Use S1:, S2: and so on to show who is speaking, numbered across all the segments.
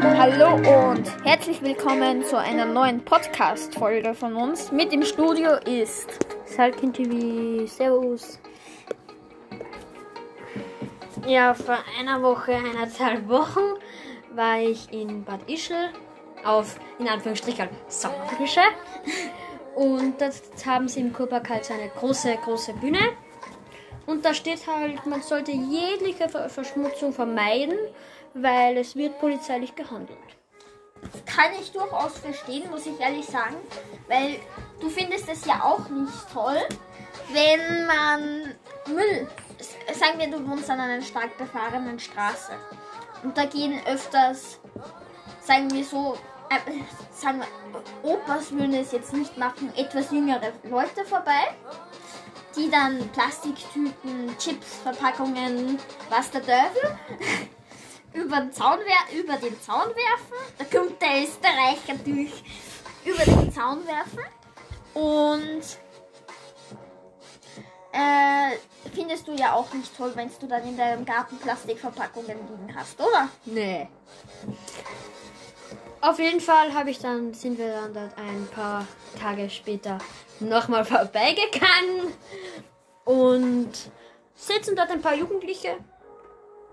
S1: Hallo und herzlich willkommen zu einer neuen Podcast-Folge von uns. Mit im Studio ist
S2: Salkin TV, Servus. Ja, vor einer Woche, eineinhalb Wochen, war ich in Bad Ischl auf, in Anführungsstrichen, Sommerfrische. Und dort haben sie im Kurpark halt so eine große, große Bühne. Und da steht halt, man sollte jegliche Ver Verschmutzung vermeiden, weil es wird polizeilich gehandelt.
S3: kann ich durchaus verstehen, muss ich ehrlich sagen, weil du findest es ja auch nicht toll, wenn man Müll, s- sagen wir, du wohnst an einer stark befahrenen Straße und da gehen öfters, sagen wir so, äh, sagen wir, Opas würden es jetzt nicht machen, etwas jüngere Leute vorbei, die dann Plastiktüten, Chips, Verpackungen, was der Teufel über den Zaun, wer über den Zaun werfen. Da kommt der Österreicher durch. Über den Zaun werfen. Und äh, findest du ja auch nicht toll, wenn du dann in deinem Garten Plastikverpackungen liegen hast, oder?
S2: Nee. Auf jeden Fall habe ich dann, sind wir dann dort ein paar Tage später nochmal vorbeigegangen und sitzen dort ein paar Jugendliche,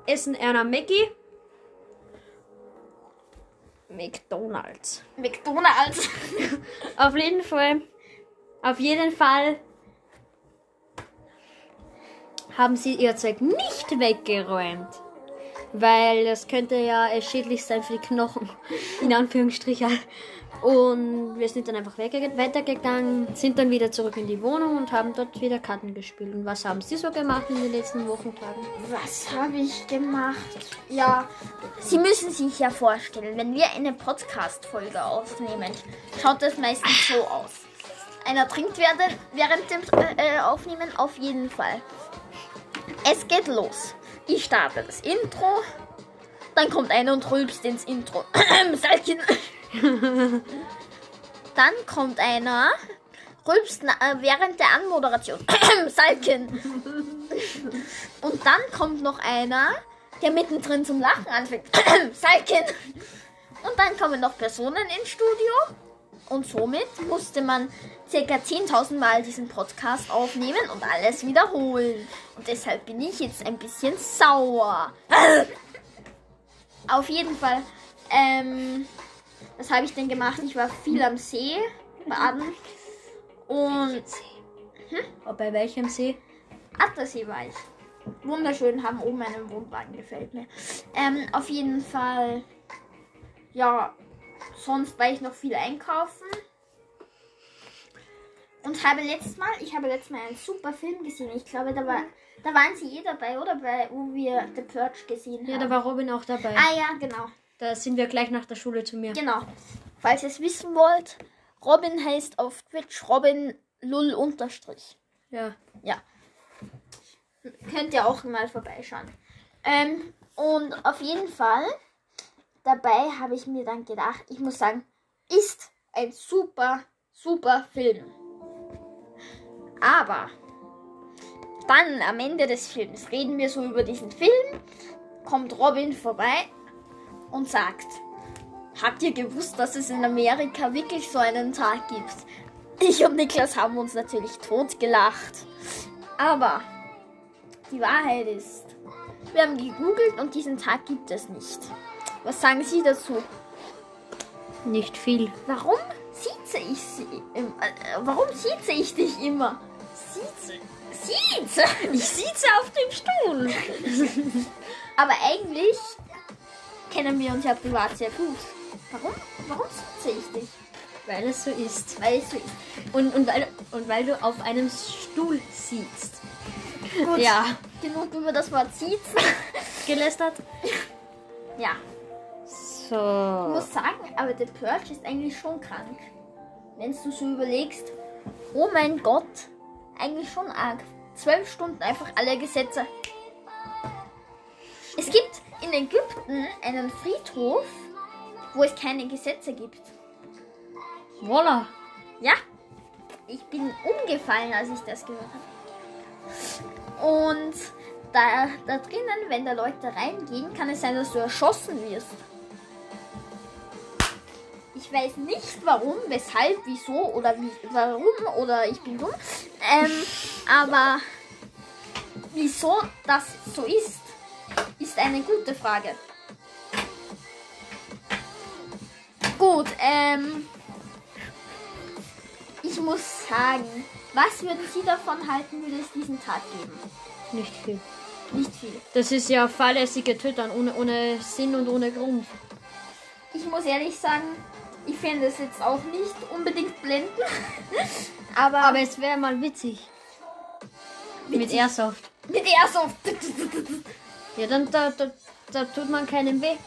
S2: essen einer Mickey. McDonalds.
S3: McDonalds.
S2: Auf jeden Fall, auf jeden Fall haben sie ihr Zeug nicht weggeräumt. Weil das könnte ja äh, schädlich sein für die Knochen. In Anführungsstrichen. Und wir sind dann einfach wegge- weitergegangen, sind dann wieder zurück in die Wohnung und haben dort wieder Karten gespielt. Und was haben sie so gemacht in den letzten Wochentagen?
S3: Was habe ich gemacht? Ja, Sie müssen sich ja vorstellen, wenn wir eine Podcast-Folge aufnehmen, schaut das meistens so aus. Einer trinkt während, während dem äh, äh, Aufnehmen auf jeden Fall. Es geht los. Ich starte das Intro, dann kommt einer und rülpst ins Intro. Salkin. dann kommt einer, rülpst na- äh, während der Anmoderation. Salkin. Und dann kommt noch einer, der mittendrin zum Lachen anfängt. Salkin. Und dann kommen noch Personen ins Studio. Und somit musste man circa 10.000 Mal diesen Podcast aufnehmen und alles wiederholen. Und deshalb bin ich jetzt ein bisschen sauer. Auf jeden Fall. Ähm, was habe ich denn gemacht? Ich war viel am See baden. Und
S2: Oh, bei welchem See?
S3: Attersee war ich. Wunderschön, haben oben einen Wohnwagen, gefällt mir. Ähm, auf jeden Fall, ja, sonst war ich noch viel einkaufen. Und habe letztes Mal, ich habe letztes Mal einen super Film gesehen. Ich glaube, da, war, da waren sie eh dabei, oder? Bei, wo wir The Purge gesehen haben.
S2: Ja, da war Robin auch dabei.
S3: Ah ja, genau.
S2: Da sind wir gleich nach der Schule zu mir.
S3: Genau. Falls ihr es wissen wollt, Robin heißt auf Twitch Robin Lull unterstrich.
S2: Ja.
S3: Ja. Könnt ihr auch mal vorbeischauen. Ähm, und auf jeden Fall, dabei habe ich mir dann gedacht, ich muss sagen, ist ein super, super Film. Aber dann am Ende des Films reden wir so über diesen Film, kommt Robin vorbei und sagt, habt ihr gewusst, dass es in Amerika wirklich so einen Tag gibt? Ich und Niklas haben uns natürlich totgelacht. Aber die Wahrheit ist, wir haben gegoogelt und diesen Tag gibt es nicht. Was sagen Sie dazu?
S2: Nicht viel.
S3: Warum sieze ich sie im, äh, äh, Warum sieze ich dich immer? Sieze. Sieze!
S2: Ich sitze auf dem Stuhl.
S3: Aber eigentlich kennen wir uns ja privat sehr gut. Warum? Warum sieze ich dich?
S2: Weil es so ist.
S3: Weil ich so
S2: Und, und, weil, und weil du auf einem Stuhl sitzt.
S3: gut
S2: Ja.
S3: genug über das Wort siezen.
S2: Gelästert?
S3: ja. Ich
S2: So.
S3: muss sagen, aber The Purge ist eigentlich schon krank. Wenn du so überlegst, oh mein Gott, eigentlich schon arg. Zwölf Stunden einfach alle Gesetze. Es gibt in Ägypten einen Friedhof, wo es keine Gesetze gibt.
S2: Voila.
S3: Ja, ich bin umgefallen, als ich das gehört habe. Und da, da drinnen, wenn da Leute reingehen, kann es sein, dass du erschossen wirst. Ich weiß nicht warum, weshalb, wieso oder wie, warum oder ich bin dumm. Ähm, aber wieso das so ist, ist eine gute Frage. Gut, ähm, ich muss sagen, was würden Sie davon halten, würde es diesen Tag geben?
S2: Nicht viel.
S3: Nicht viel.
S2: Das ist ja fahrlässige Tötern ohne, ohne Sinn und ohne Grund.
S3: Ich muss ehrlich sagen, ich finde es jetzt auch nicht unbedingt blenden. Aber,
S2: Aber es wäre mal witzig. Mit
S3: Witzig.
S2: Airsoft.
S3: mit Airsoft.
S2: Ja, dann da, da, da tut man keinen weh.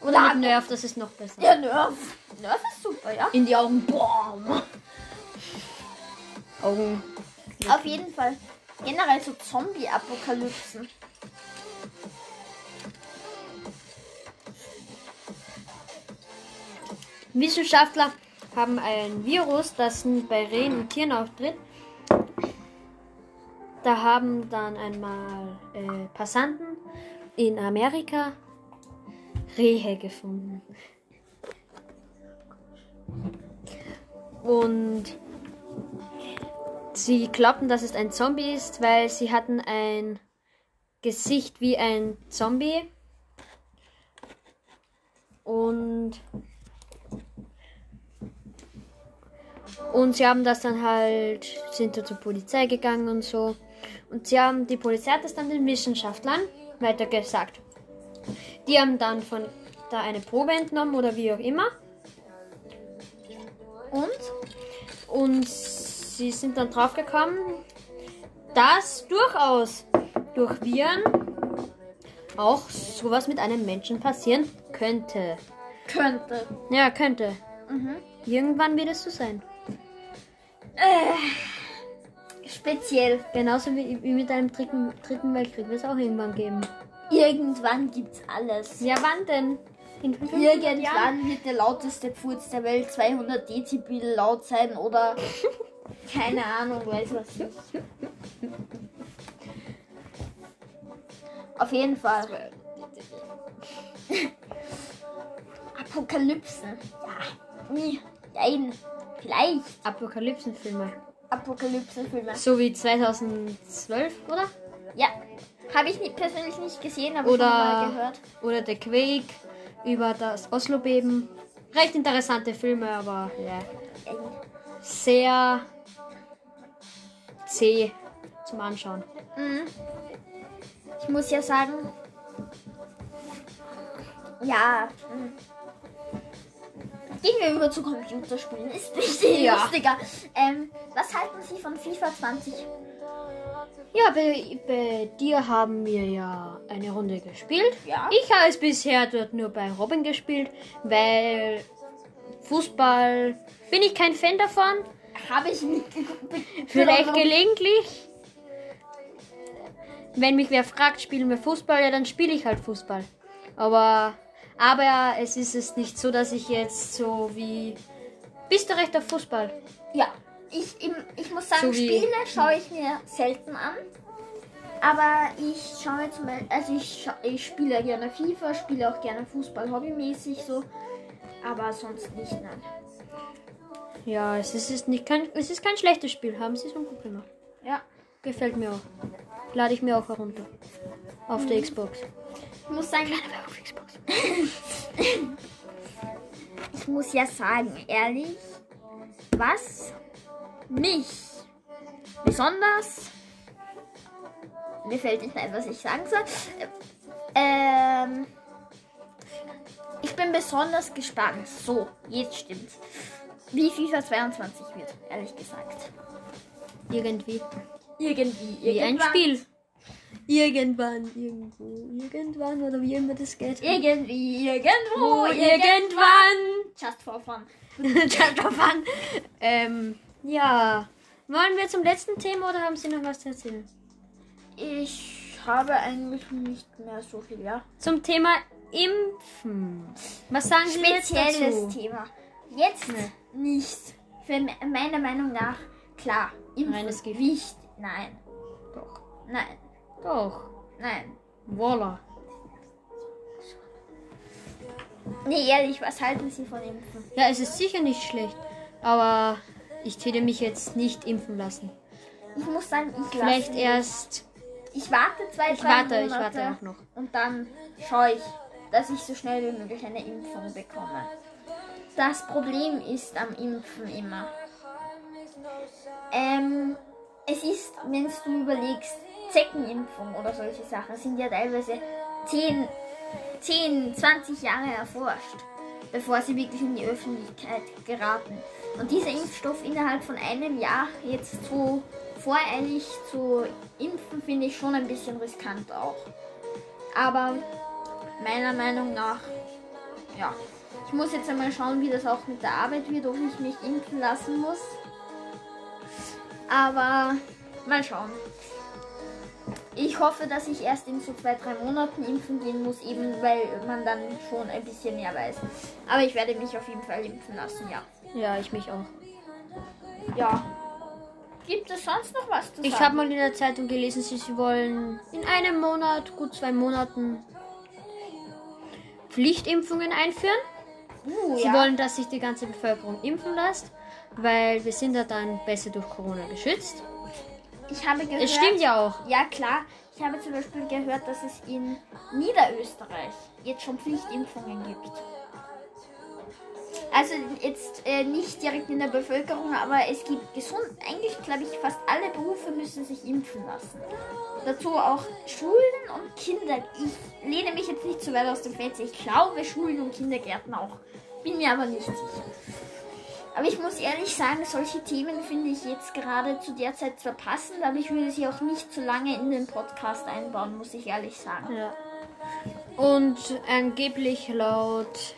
S2: Oder
S3: Na,
S2: mit Nerf, das ist noch besser.
S3: ja, Nerf. Nerf ist super, ja.
S2: In die Augen. Boom. Augen.
S3: Auf jeden Fall. Generell so Zombie-Apokalypsen.
S2: Wissenschaftler haben ein Virus, das n- bei Rehen und Tieren auftritt. Da haben dann einmal äh, Passanten in Amerika Rehe gefunden. Und sie glaubten, dass es ein Zombie ist, weil sie hatten ein Gesicht wie ein Zombie. Und Und sie haben das dann halt, sind da zur Polizei gegangen und so. Und sie haben, die Polizei hat das dann den Wissenschaftlern weitergesagt. Die haben dann von da eine Probe entnommen oder wie auch immer.
S3: Und?
S2: Und sie sind dann draufgekommen, dass durchaus durch Viren auch sowas mit einem Menschen passieren könnte.
S3: Könnte.
S2: Ja, könnte.
S3: Mhm.
S2: Irgendwann wird es so sein.
S3: Speziell.
S2: Genauso wie, wie mit einem dritten, dritten Weltkrieg wird es auch irgendwann geben.
S3: Irgendwann gibt's alles.
S2: Ja, wann denn? In 500 Jahren?
S3: Irgendwann wird der lauteste Furz der Welt 200 Dezibel laut sein oder keine Ahnung, weiß was ich. Auf jeden Fall. Apokalypsen. Ja. Nie. Nein. Vielleicht
S2: Apokalypsenfilme.
S3: Apokalypsenfilme.
S2: So wie 2012, oder?
S3: Ja. Habe ich nicht, persönlich nicht gesehen, aber
S2: Oder-
S3: schon mal gehört.
S2: Oder The Quake über das Oslo-Beben. Recht interessante Filme, aber ja. Sehr zäh zum Anschauen.
S3: Mhm. Ich muss ja sagen. Ja. mhm. Gehen wir über zu Computerspielen. Ist nicht viel
S2: Ja.
S3: lustiger. Ähm, was halten Sie von FIFA 20?
S2: Ja, bei, bei dir haben wir ja eine Runde gespielt.
S3: Ja.
S2: Ich habe es bisher dort nur bei Robin gespielt, weil Fußball bin ich kein Fan davon.
S3: Habe ich nicht geguckt.
S2: Vielleicht gelegentlich. Wenn mich wer fragt, spielen wir Fußball, ja, dann spiele ich halt Fußball. Aber, aber es ist es nicht so, dass ich jetzt so wie. Bist du rechter Fußball?
S3: Ja. Ich, im- ich muss sagen,
S2: So wie-
S3: Spiele schaue ich mir selten an. Aber ich schaue mir zum Beispiel, also ich, scha- ich spiele gerne FIFA, spiele auch gerne Fußball hobbymäßig so. Aber sonst nicht, nein.
S2: Ja, es ist, es ist nicht kein, es ist kein schlechtes Spiel. Haben sie schon gut gemacht.
S3: Ja.
S2: Gefällt mir auch. Lade ich mir auch herunter. Auf der Xbox.
S3: Ich muss sagen,
S2: Auf Xbox.
S3: ich muss ja sagen, ehrlich, was mich besonders. Mir fällt nicht mehr ein, was ich sagen soll. Ähm, ich bin besonders gespannt. So, jetzt stimmt's. Wie FIFA 22 wird, ehrlich gesagt.
S2: Irgendwie.
S3: Irgendwie.
S2: Wie ein
S3: irgendwann-
S2: Spiel. Irgendwann, irgendwo, irgendwann oder wie immer das geht.
S3: Irgendwie, irgendwo, irgendwann.
S2: irgendwann.
S3: Just for fun.
S2: irgendwann. ähm, ja. Wollen wir zum letzten Thema oder haben Sie noch was zu erzählen?
S3: Ich habe eigentlich nicht mehr so viel, ja.
S2: Zum Thema Impfen. Was sagen Sie jetzt dazu?
S3: spezielles Thema. Jetzt
S2: Nee.
S3: nicht. Für me- meiner Meinung nach, klar. Impfen
S2: Reines Gift.
S3: Wicht. Nein,
S2: Doch.
S3: nein,
S2: Doch.
S3: nein.
S2: Voila.
S3: Nee, ehrlich, was halten Sie von Impfen?
S2: Ja, es ist sicher nicht schlecht, aber ich würde mich jetzt nicht impfen lassen.
S3: Ich muss sagen, ich
S2: Vielleicht
S3: lasse mich.
S2: erst.
S3: Ich warte zwei,
S2: Ich
S3: drei
S2: warte,
S3: Monate.
S2: ich warte auch noch.
S3: Und dann schaue ich, dass ich so schnell wie möglich eine Impfung bekomme. Das Problem ist am Impfen immer. Ähm, es ist, wenn du überlegst, Zeckenimpfung oder solche Sachen sind ja teilweise 10, 10 20 Jahre erforscht, bevor sie wirklich in die Öffentlichkeit geraten. Und dieser Impfstoff innerhalb von einem Jahr jetzt so voreilig zu impfen, finde ich schon ein bisschen riskant auch. Aber meiner Meinung nach, ja. Ich muss jetzt einmal schauen, wie das auch mit der Arbeit wird, ob ich mich impfen lassen muss. Aber mal schauen. Ich hoffe, dass ich erst in so zwei, drei Monaten impfen gehen muss, eben weil man dann schon ein bisschen mehr weiß. Aber ich werde mich auf jeden Fall impfen lassen, ja.
S2: Ja, ich mich auch.
S3: Ja. Gibt es sonst noch was zu sagen?
S2: Ich habe mal in der Zeitung gelesen, sie, sie wollen in einem Monat, gut zwei Monaten, Pflichtimpfungen einführen.
S3: uh,
S2: Sie
S3: ja.
S2: wollen, dass sich die ganze Bevölkerung impfen lässt, weil wir sind ja dann besser durch Corona geschützt.
S3: ich habe gehört,
S2: Es stimmt ja auch.
S3: Ja, klar. Ich habe zum Beispiel gehört, dass es in Niederösterreich jetzt schon Pflichtimpfungen gibt. Also jetzt äh, nicht direkt in der Bevölkerung, aber es gibt gesund, eigentlich glaube ich, fast alle Berufe müssen sich impfen lassen. Dazu auch Schulen und Kinder. Ich lehne mich jetzt nicht zu weit aus dem Fenster. Ich glaube Schulen und Kindergärten auch. Bin mir aber nicht sicher. Aber ich muss ehrlich sagen, solche Themen finde ich jetzt gerade zu der Zeit zwar passend, aber ich würde sie auch nicht zu lange in den Podcast einbauen, muss ich ehrlich sagen.
S2: Ja. Und angeblich laut.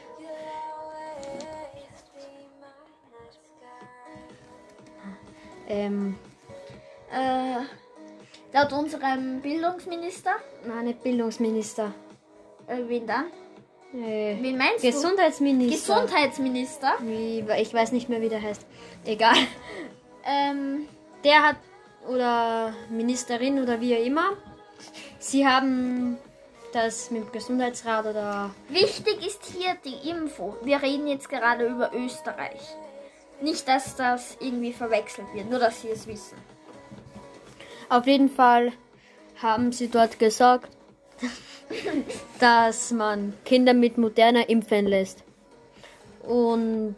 S2: Ähm,
S3: Äh, laut unserem Bildungsminister,
S2: nein, nicht Bildungsminister.
S3: äh, wen dann?
S2: Äh,
S3: Wen meinst du?
S2: Gesundheitsminister.
S3: Gesundheitsminister.
S2: Wie, ich weiß nicht mehr, wie der heißt. Egal.
S3: Ähm,
S2: Der hat, oder Ministerin oder wie auch immer, sie haben das mit dem Gesundheitsrat oder.
S3: wichtig ist hier die Info. Wir reden jetzt gerade über Österreich. Nicht, dass das irgendwie verwechselt wird, nur dass Sie es wissen.
S2: Auf jeden Fall haben sie dort gesagt, dass man Kinder mit moderner impfen lässt. Und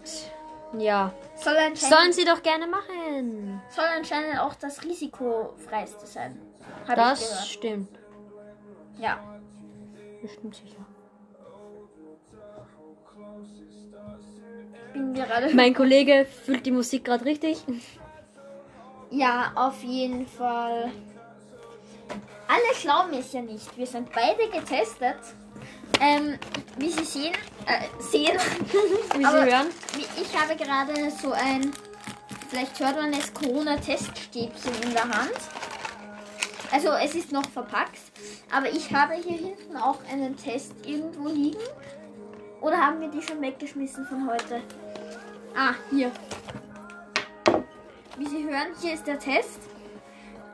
S2: ja,
S3: Soll anscheinend,
S2: sollen sie doch gerne machen.
S3: soll anscheinend auch das risikofreiste sein. Hab ich
S2: Das
S3: gehört.
S2: stimmt.
S3: Ja.
S2: Das stimmt sicher.
S3: bin gerade.
S2: Mein Kollege fühlt die Musik gerade richtig.
S3: Ja, auf jeden Fall. Alle glauben es ja nicht. Wir sind beide getestet. Ähm, wie Sie sehen, äh, sehen,
S2: Wie
S3: Aber-
S2: Sie hören.
S3: wie- ich habe gerade so ein, vielleicht hört man es, Corona-Teststäbchen in der Hand. Also es ist noch verpackt, aber ich habe hier hinten auch einen Test irgendwo liegen. Oder haben wir die schon weggeschmissen von heute? Ah, hier. Wie Sie hören, hier ist der Test.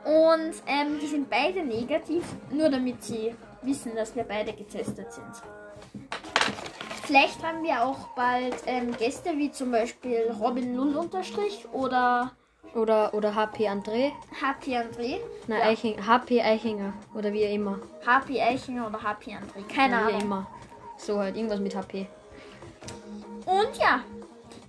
S3: Und ähm, die sind beide negativ, nur damit Sie wissen, dass wir beide getestet sind. Vielleicht haben wir auch bald ähm, Gäste wie zum Beispiel Robin Lull unterstrich oder
S2: Oder, oder HP André.
S3: Happy André.
S2: Nein,
S3: Ja.
S2: Eiching, HP Eichinger. Oder wie er immer.
S3: Happy Eichinger oder Happy André. Keine
S2: Ja, wie er
S3: Ahnung.
S2: immer. So halt, irgendwas mit HP.
S3: Und ja,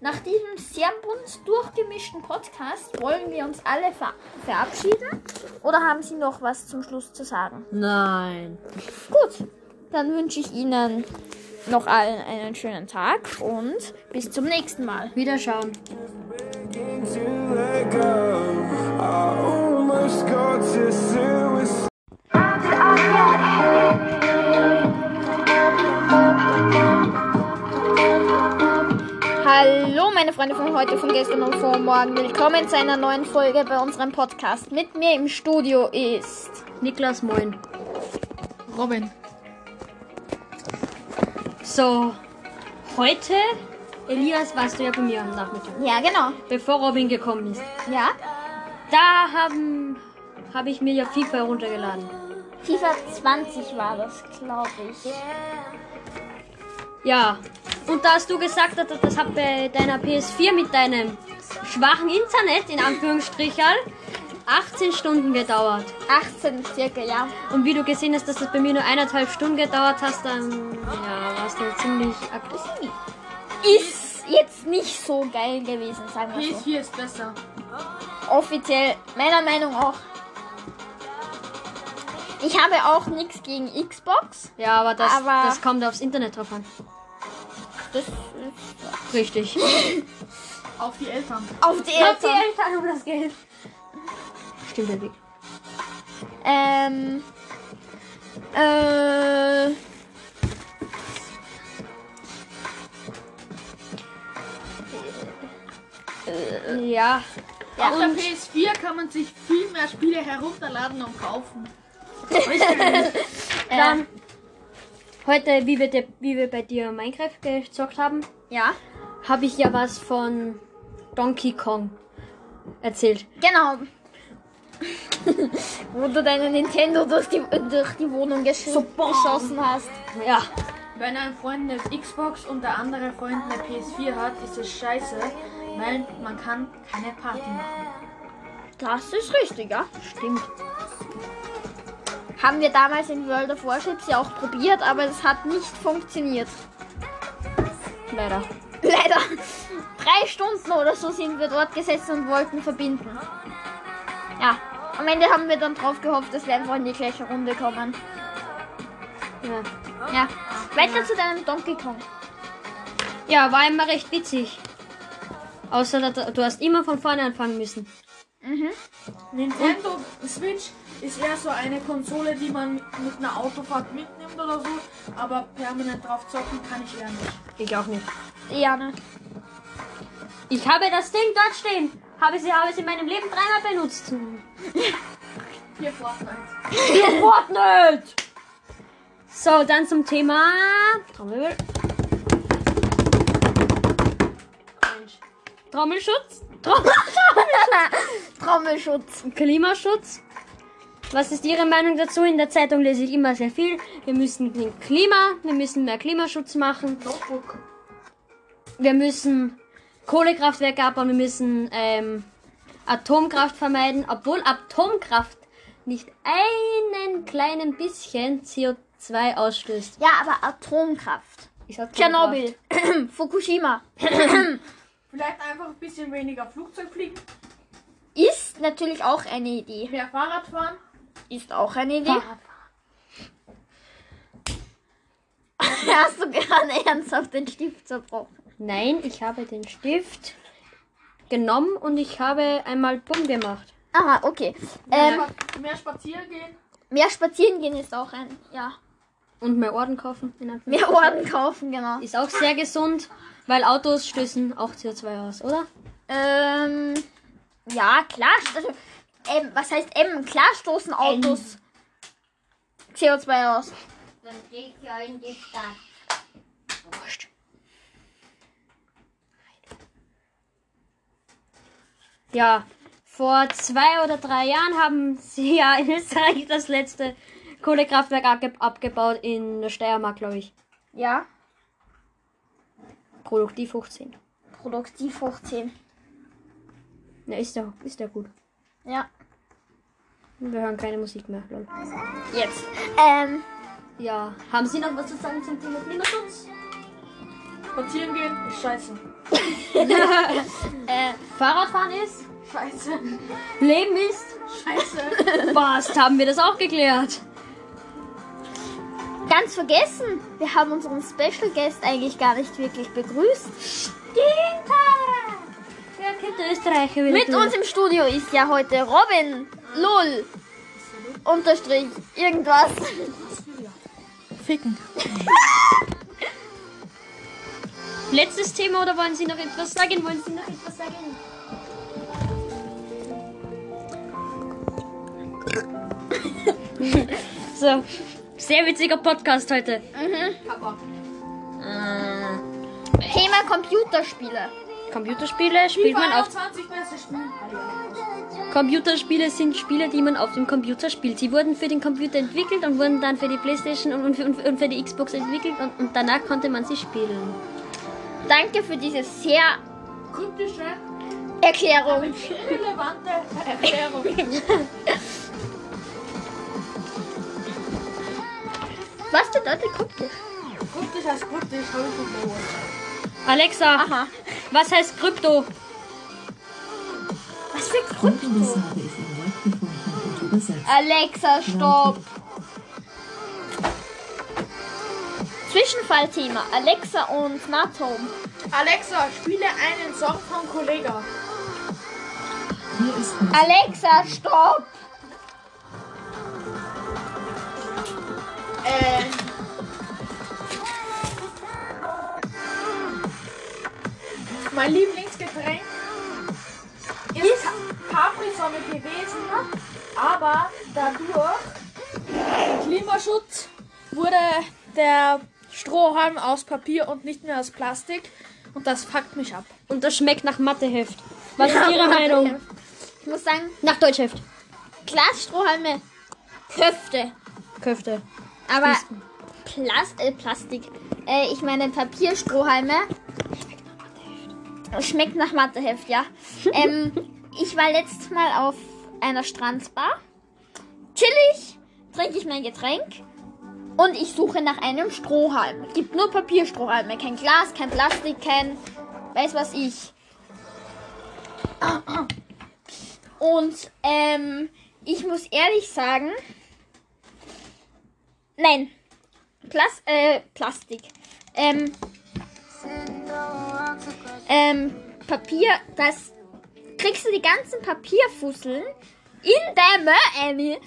S3: nach diesem sehr bunt durchgemischten Podcast wollen wir uns alle ver verabschieden. Oder haben Sie noch was zum Schluss zu sagen?
S2: Nein.
S3: Gut, dann wünsche ich Ihnen noch allen einen schönen Tag und bis zum nächsten Mal.
S2: Wiederschauen.
S4: begin to let go. I almost got to suicide.
S3: Hallo meine Freunde von heute, von gestern und von morgen. Willkommen zu einer neuen Folge bei unserem Podcast. Mit mir im Studio ist.
S2: Niklas, moin. Robin. So, heute, Elias, warst du ja bei mir am Nachmittag,
S3: Ja, genau.
S2: bevor Robin gekommen ist.
S3: Ja.
S2: Da haben, habe ich mir ja FIFA heruntergeladen.
S3: FIFA 20 war das, glaube ich.
S2: Ja. Und da hast du gesagt, dass das hat bei deiner PS4 mit deinem schwachen Internet, in Anführungsstrichen, 18 Stunden gedauert.
S3: 18 circa, ja.
S2: Und wie du gesehen hast, dass das bei mir nur eineinhalb Stunden gedauert hast, dann ja, warst du halt ziemlich aggressiv.
S1: Ist
S3: Jetzt nicht so geil gewesen, sagen wir so.
S5: PS4 ist besser.
S3: Offiziell, meiner Meinung auch. Ich habe auch nichts gegen Xbox.
S2: Ja, aber das,
S3: Aber-
S2: das kommt aufs Internet drauf an.
S3: Das ist
S2: Richtig.
S5: Auf die Eltern.
S3: auf die Eltern.
S2: Eltern um das Geld. Stimmt der Weg.
S3: Ähm. Äh.
S2: Ja.
S5: Auf der PS4 kann man sich viel mehr Spiele herunterladen und kaufen.
S2: Dann heute, wie wir, de- wie wir bei dir Minecraft gezockt haben,
S3: Ja.
S2: habe ich ja was von Donkey Kong erzählt.
S3: Genau. Wo du deine Nintendo durch die, durch die Wohnung gesch geschossen hast.
S2: Ja.
S5: Wenn ein Freund eine Xbox und der andere Freund eine PS4 hat, ist es scheiße, weil man kann keine Party machen.
S3: Das ist richtig, ja. Stimmt. Haben wir damals in World of Warships ja auch probiert, aber es hat nicht funktioniert.
S2: Leider.
S3: Leider. Drei Stunden oder so sind wir dort gesessen und wollten verbinden. Ja. Am Ende haben wir dann drauf gehofft, dass wir einfach in die gleiche Runde kommen.
S2: Ja.
S3: Ja. Weiter zu deinem Donkey Kong.
S2: ja, war immer recht witzig. Außer, dass- du hast immer von vorne anfangen müssen.
S5: Nintendo Switch ist eher so eine Konsole, die man mit einer Autofahrt mitnimmt oder so, aber permanent drauf zocken kann ich eher nicht.
S2: Ich auch nicht.
S3: Ja, ne?
S2: Ich habe das Ding dort stehen. Habe sie, habe sie in meinem Leben dreimal benutzt.
S5: Hier Fortnite.
S2: Fortnite! So, dann zum Thema. Trommelwirbel. Trommelschutz. Trommel
S3: Trommelschutz.
S2: Klimaschutz. Was ist Ihre Meinung dazu? In der Zeitung lese ich immer sehr viel. Wir müssen den Klima, wir müssen mehr Klimaschutz machen.
S5: Notebook.
S2: Wir müssen Kohlekraftwerke abbauen, wir müssen ähm, Atomkraft vermeiden, obwohl Atomkraft nicht einen kleinen bisschen CO2 ausstößt.
S3: Ja, aber Atomkraft.
S2: Ich sag
S3: Tschernobyl. Fukushima.
S5: Vielleicht einfach ein bisschen weniger Flugzeug fliegen,
S3: Ist natürlich auch eine Idee.
S5: mehr Fahrrad fahren.
S3: Ist auch eine Idee. Hast du gerade ernsthaft den Stift zerbrochen?
S2: Nein, ich habe den Stift genommen und ich habe einmal Bumm gemacht.
S3: Aha, okay. Ähm,
S5: Spa- mehr spazieren gehen.
S3: mehr spazieren gehen ist auch ein, ja.
S2: Und mehr Orden kaufen. in Anführungs-
S3: Mehr Orden kaufen, genau.
S2: Ist auch sehr gesund, weil Autos stößen auch CO2 aus, oder?
S3: Ähm, ja, klar. Also, ähm, was heißt M? Klar stoßen Autos CO2 aus.
S6: Dann geht ihr in die Stadt.
S2: Ja, vor zwei oder drei Jahren haben sie ja in Österreich das letzte Kohlekraftwerk abge abgebaut in der Steiermark, glaube ich.
S3: Ja,
S2: Produktiv hoch 10.
S3: produktiv hoch 10.
S2: Na, ist ja ist ja gut.
S3: Ja,
S2: Wir hören keine Musik mehr. Lol.
S3: jetzt. Ähm,
S2: Ja, haben Sie noch was zu sagen zum Thema Klimaschutz?
S5: Spazieren gehen ist scheiße.
S3: äh,
S2: Fahrradfahren ist,
S5: Scheiße.
S2: Leben ist.
S5: Scheiße.
S2: Fast haben wir das auch geklärt.
S3: ganz vergessen, wir haben unseren Special Guest eigentlich gar nicht wirklich begrüßt. Ginter!
S2: Wer kennt der Österreicher wieder?
S3: Mit
S2: durch?
S3: uns im Studio ist ja heute Robin Lull unterstrich irgendwas.
S5: Ficken.
S2: Letztes Thema oder wollen Sie noch etwas sagen? Wollen Sie noch etwas sagen? so, sehr witziger Podcast heute.
S3: Thema Computerspiele.
S2: Computerspiele spielt man auf.
S5: 21 bestes Spiel.
S2: Computerspiele sind Spiele, die man auf dem Computer spielt. Sie wurden für den Computer entwickelt und wurden dann für die Playstation und, und, für, und für die Xbox entwickelt und, und danach konnte man sie spielen.
S3: Danke für diese sehr
S5: Kryptische,
S3: Erklärung.
S5: relevante Erklärung.
S3: Was bedeutet Kryptisch?
S5: Kryptisch als kryptisch habe ich von Noah.
S2: Alexa, was heißt Krypto?
S3: Was für
S7: Folgendes habe ich im Wort gefunden und übersetzt.
S3: Alexa, stopp. Zwischenfallthema. Alexa und Smart Home.
S5: Alexa, spiele einen Song von Kollega.
S7: Hier ist Musik.
S3: Alexa, stopp.
S5: Ähm. Mein Lieblingsgetränk ist Capri-Sonne gewesen, ne? aber dadurch im Klimaschutz wurde der Strohhalm aus Papier und nicht mehr aus Plastik und das fuckt mich ab.
S2: Und das schmeckt nach Matheheft. Was ist Ihre Meinung?
S3: Ich muss sagen,
S2: Nach Deutschheft.
S3: Glasstrohhalme. Köfte.
S2: Köfte.
S3: Aber Plas äh, Plastik. Äh, ich meine Papierstrohhalme. Schmeckt nach Matheheft, ja. ähm, ich war letztes Mal auf einer Strandbar. Chillig trinke ich mein Getränk. Und ich suche nach einem Strohhalm. Gibt nur Papierstrohhalme. Kein Glas, kein Plastik, kein. Weiß was ich. Und ähm, ich muss ehrlich sagen, Nein. Plas äh, Plastik. Ähm, ähm, Papier, das kriegst du die ganzen Papierfusseln in der Mörelle,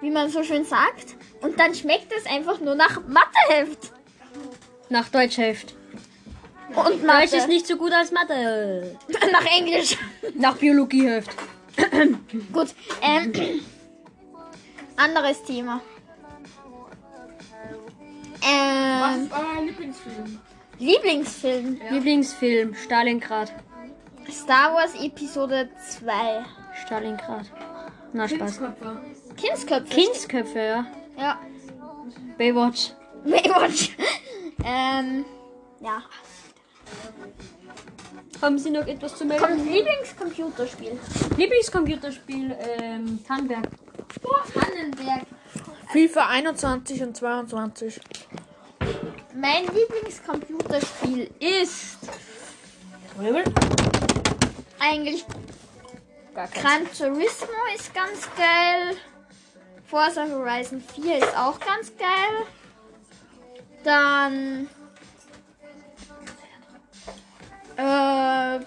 S3: wie man so schön sagt. Und dann schmeckt es einfach nur nach Matheheft.
S2: Nach Deutschheft.
S3: Und
S2: Deutsch
S3: Mathe.
S2: ist nicht so gut als Mathe.
S3: nach Englisch.
S2: Nach Biologieheft.
S3: Gut. Ähm, anderes Thema.
S5: Was
S3: Ähm,
S5: ist euer Lieblingsfilm?
S3: Lieblingsfilm.
S2: Lieblingsfilm, Stalingrad.
S3: Star Wars Episode 2.
S2: Stalingrad. Na Spaß.
S5: Kindsköpfe.
S3: Kindsköpfe.
S2: Kindsköpfe, ja.
S3: ja.
S2: Baywatch.
S3: Baywatch. ähm, ja.
S2: Haben Sie noch etwas zu melden?
S3: Kommt Lieblingscomputerspiel.
S2: Lieblingscomputerspiel, ähm, Tannenberg.
S3: Annenberg.
S5: FIFA 21 und 22.
S3: Mein Lieblingscomputerspiel ist eigentlich Gran Turismo ist ganz geil. Forza Horizon 4 ist auch ganz geil. Dann äh,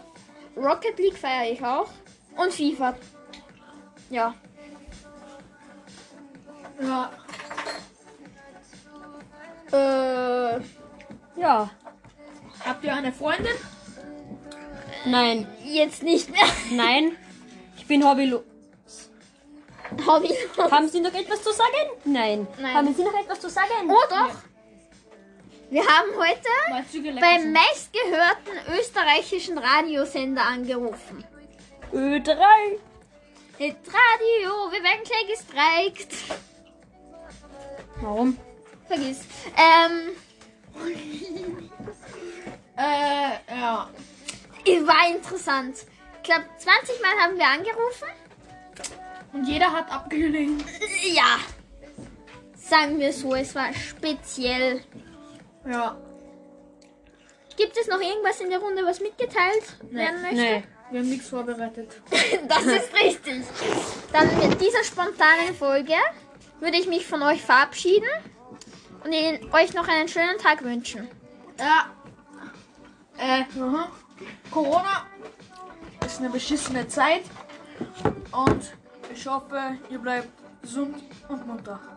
S3: Rocket League feiere ich auch. Und FIFA. Ja.
S5: Ja.
S3: Äh,
S2: Ja.
S5: Habt ihr eine Freundin?
S2: Nein.
S3: jetzt nicht mehr.
S2: Nein. Ich bin hobbylos.
S3: Hobby.
S2: Haben Sie noch etwas zu sagen? Nein.
S3: Nein.
S2: Haben Sie noch etwas zu sagen?
S3: Oh doch. Wir haben heute
S5: Mal Züge
S3: beim meistgehörten österreichischen Radiosender angerufen.
S2: Ö3.
S3: Hit Radio, wir werden gleich gestreikt.
S2: Warum?
S3: Vergiss. Ähm,
S5: Äh, ja.
S3: es war interessant. Ich glaube, 20 Mal haben wir angerufen.
S5: Und jeder hat abgelehnt.
S3: Ja. Sagen wir so, es war speziell.
S5: Ja.
S3: Gibt es noch irgendwas in der Runde, was mitgeteilt werden möchte?
S2: Nee.
S5: Wir haben nichts vorbereitet.
S3: Das ist richtig. Dann mit dieser spontanen Folge würde ich mich von euch verabschieden und Ihnen, euch noch einen schönen Tag wünschen.
S5: Ja. Äh, mhm. Corona ist eine beschissene Zeit. Und ich hoffe, ihr bleibt gesund und munter.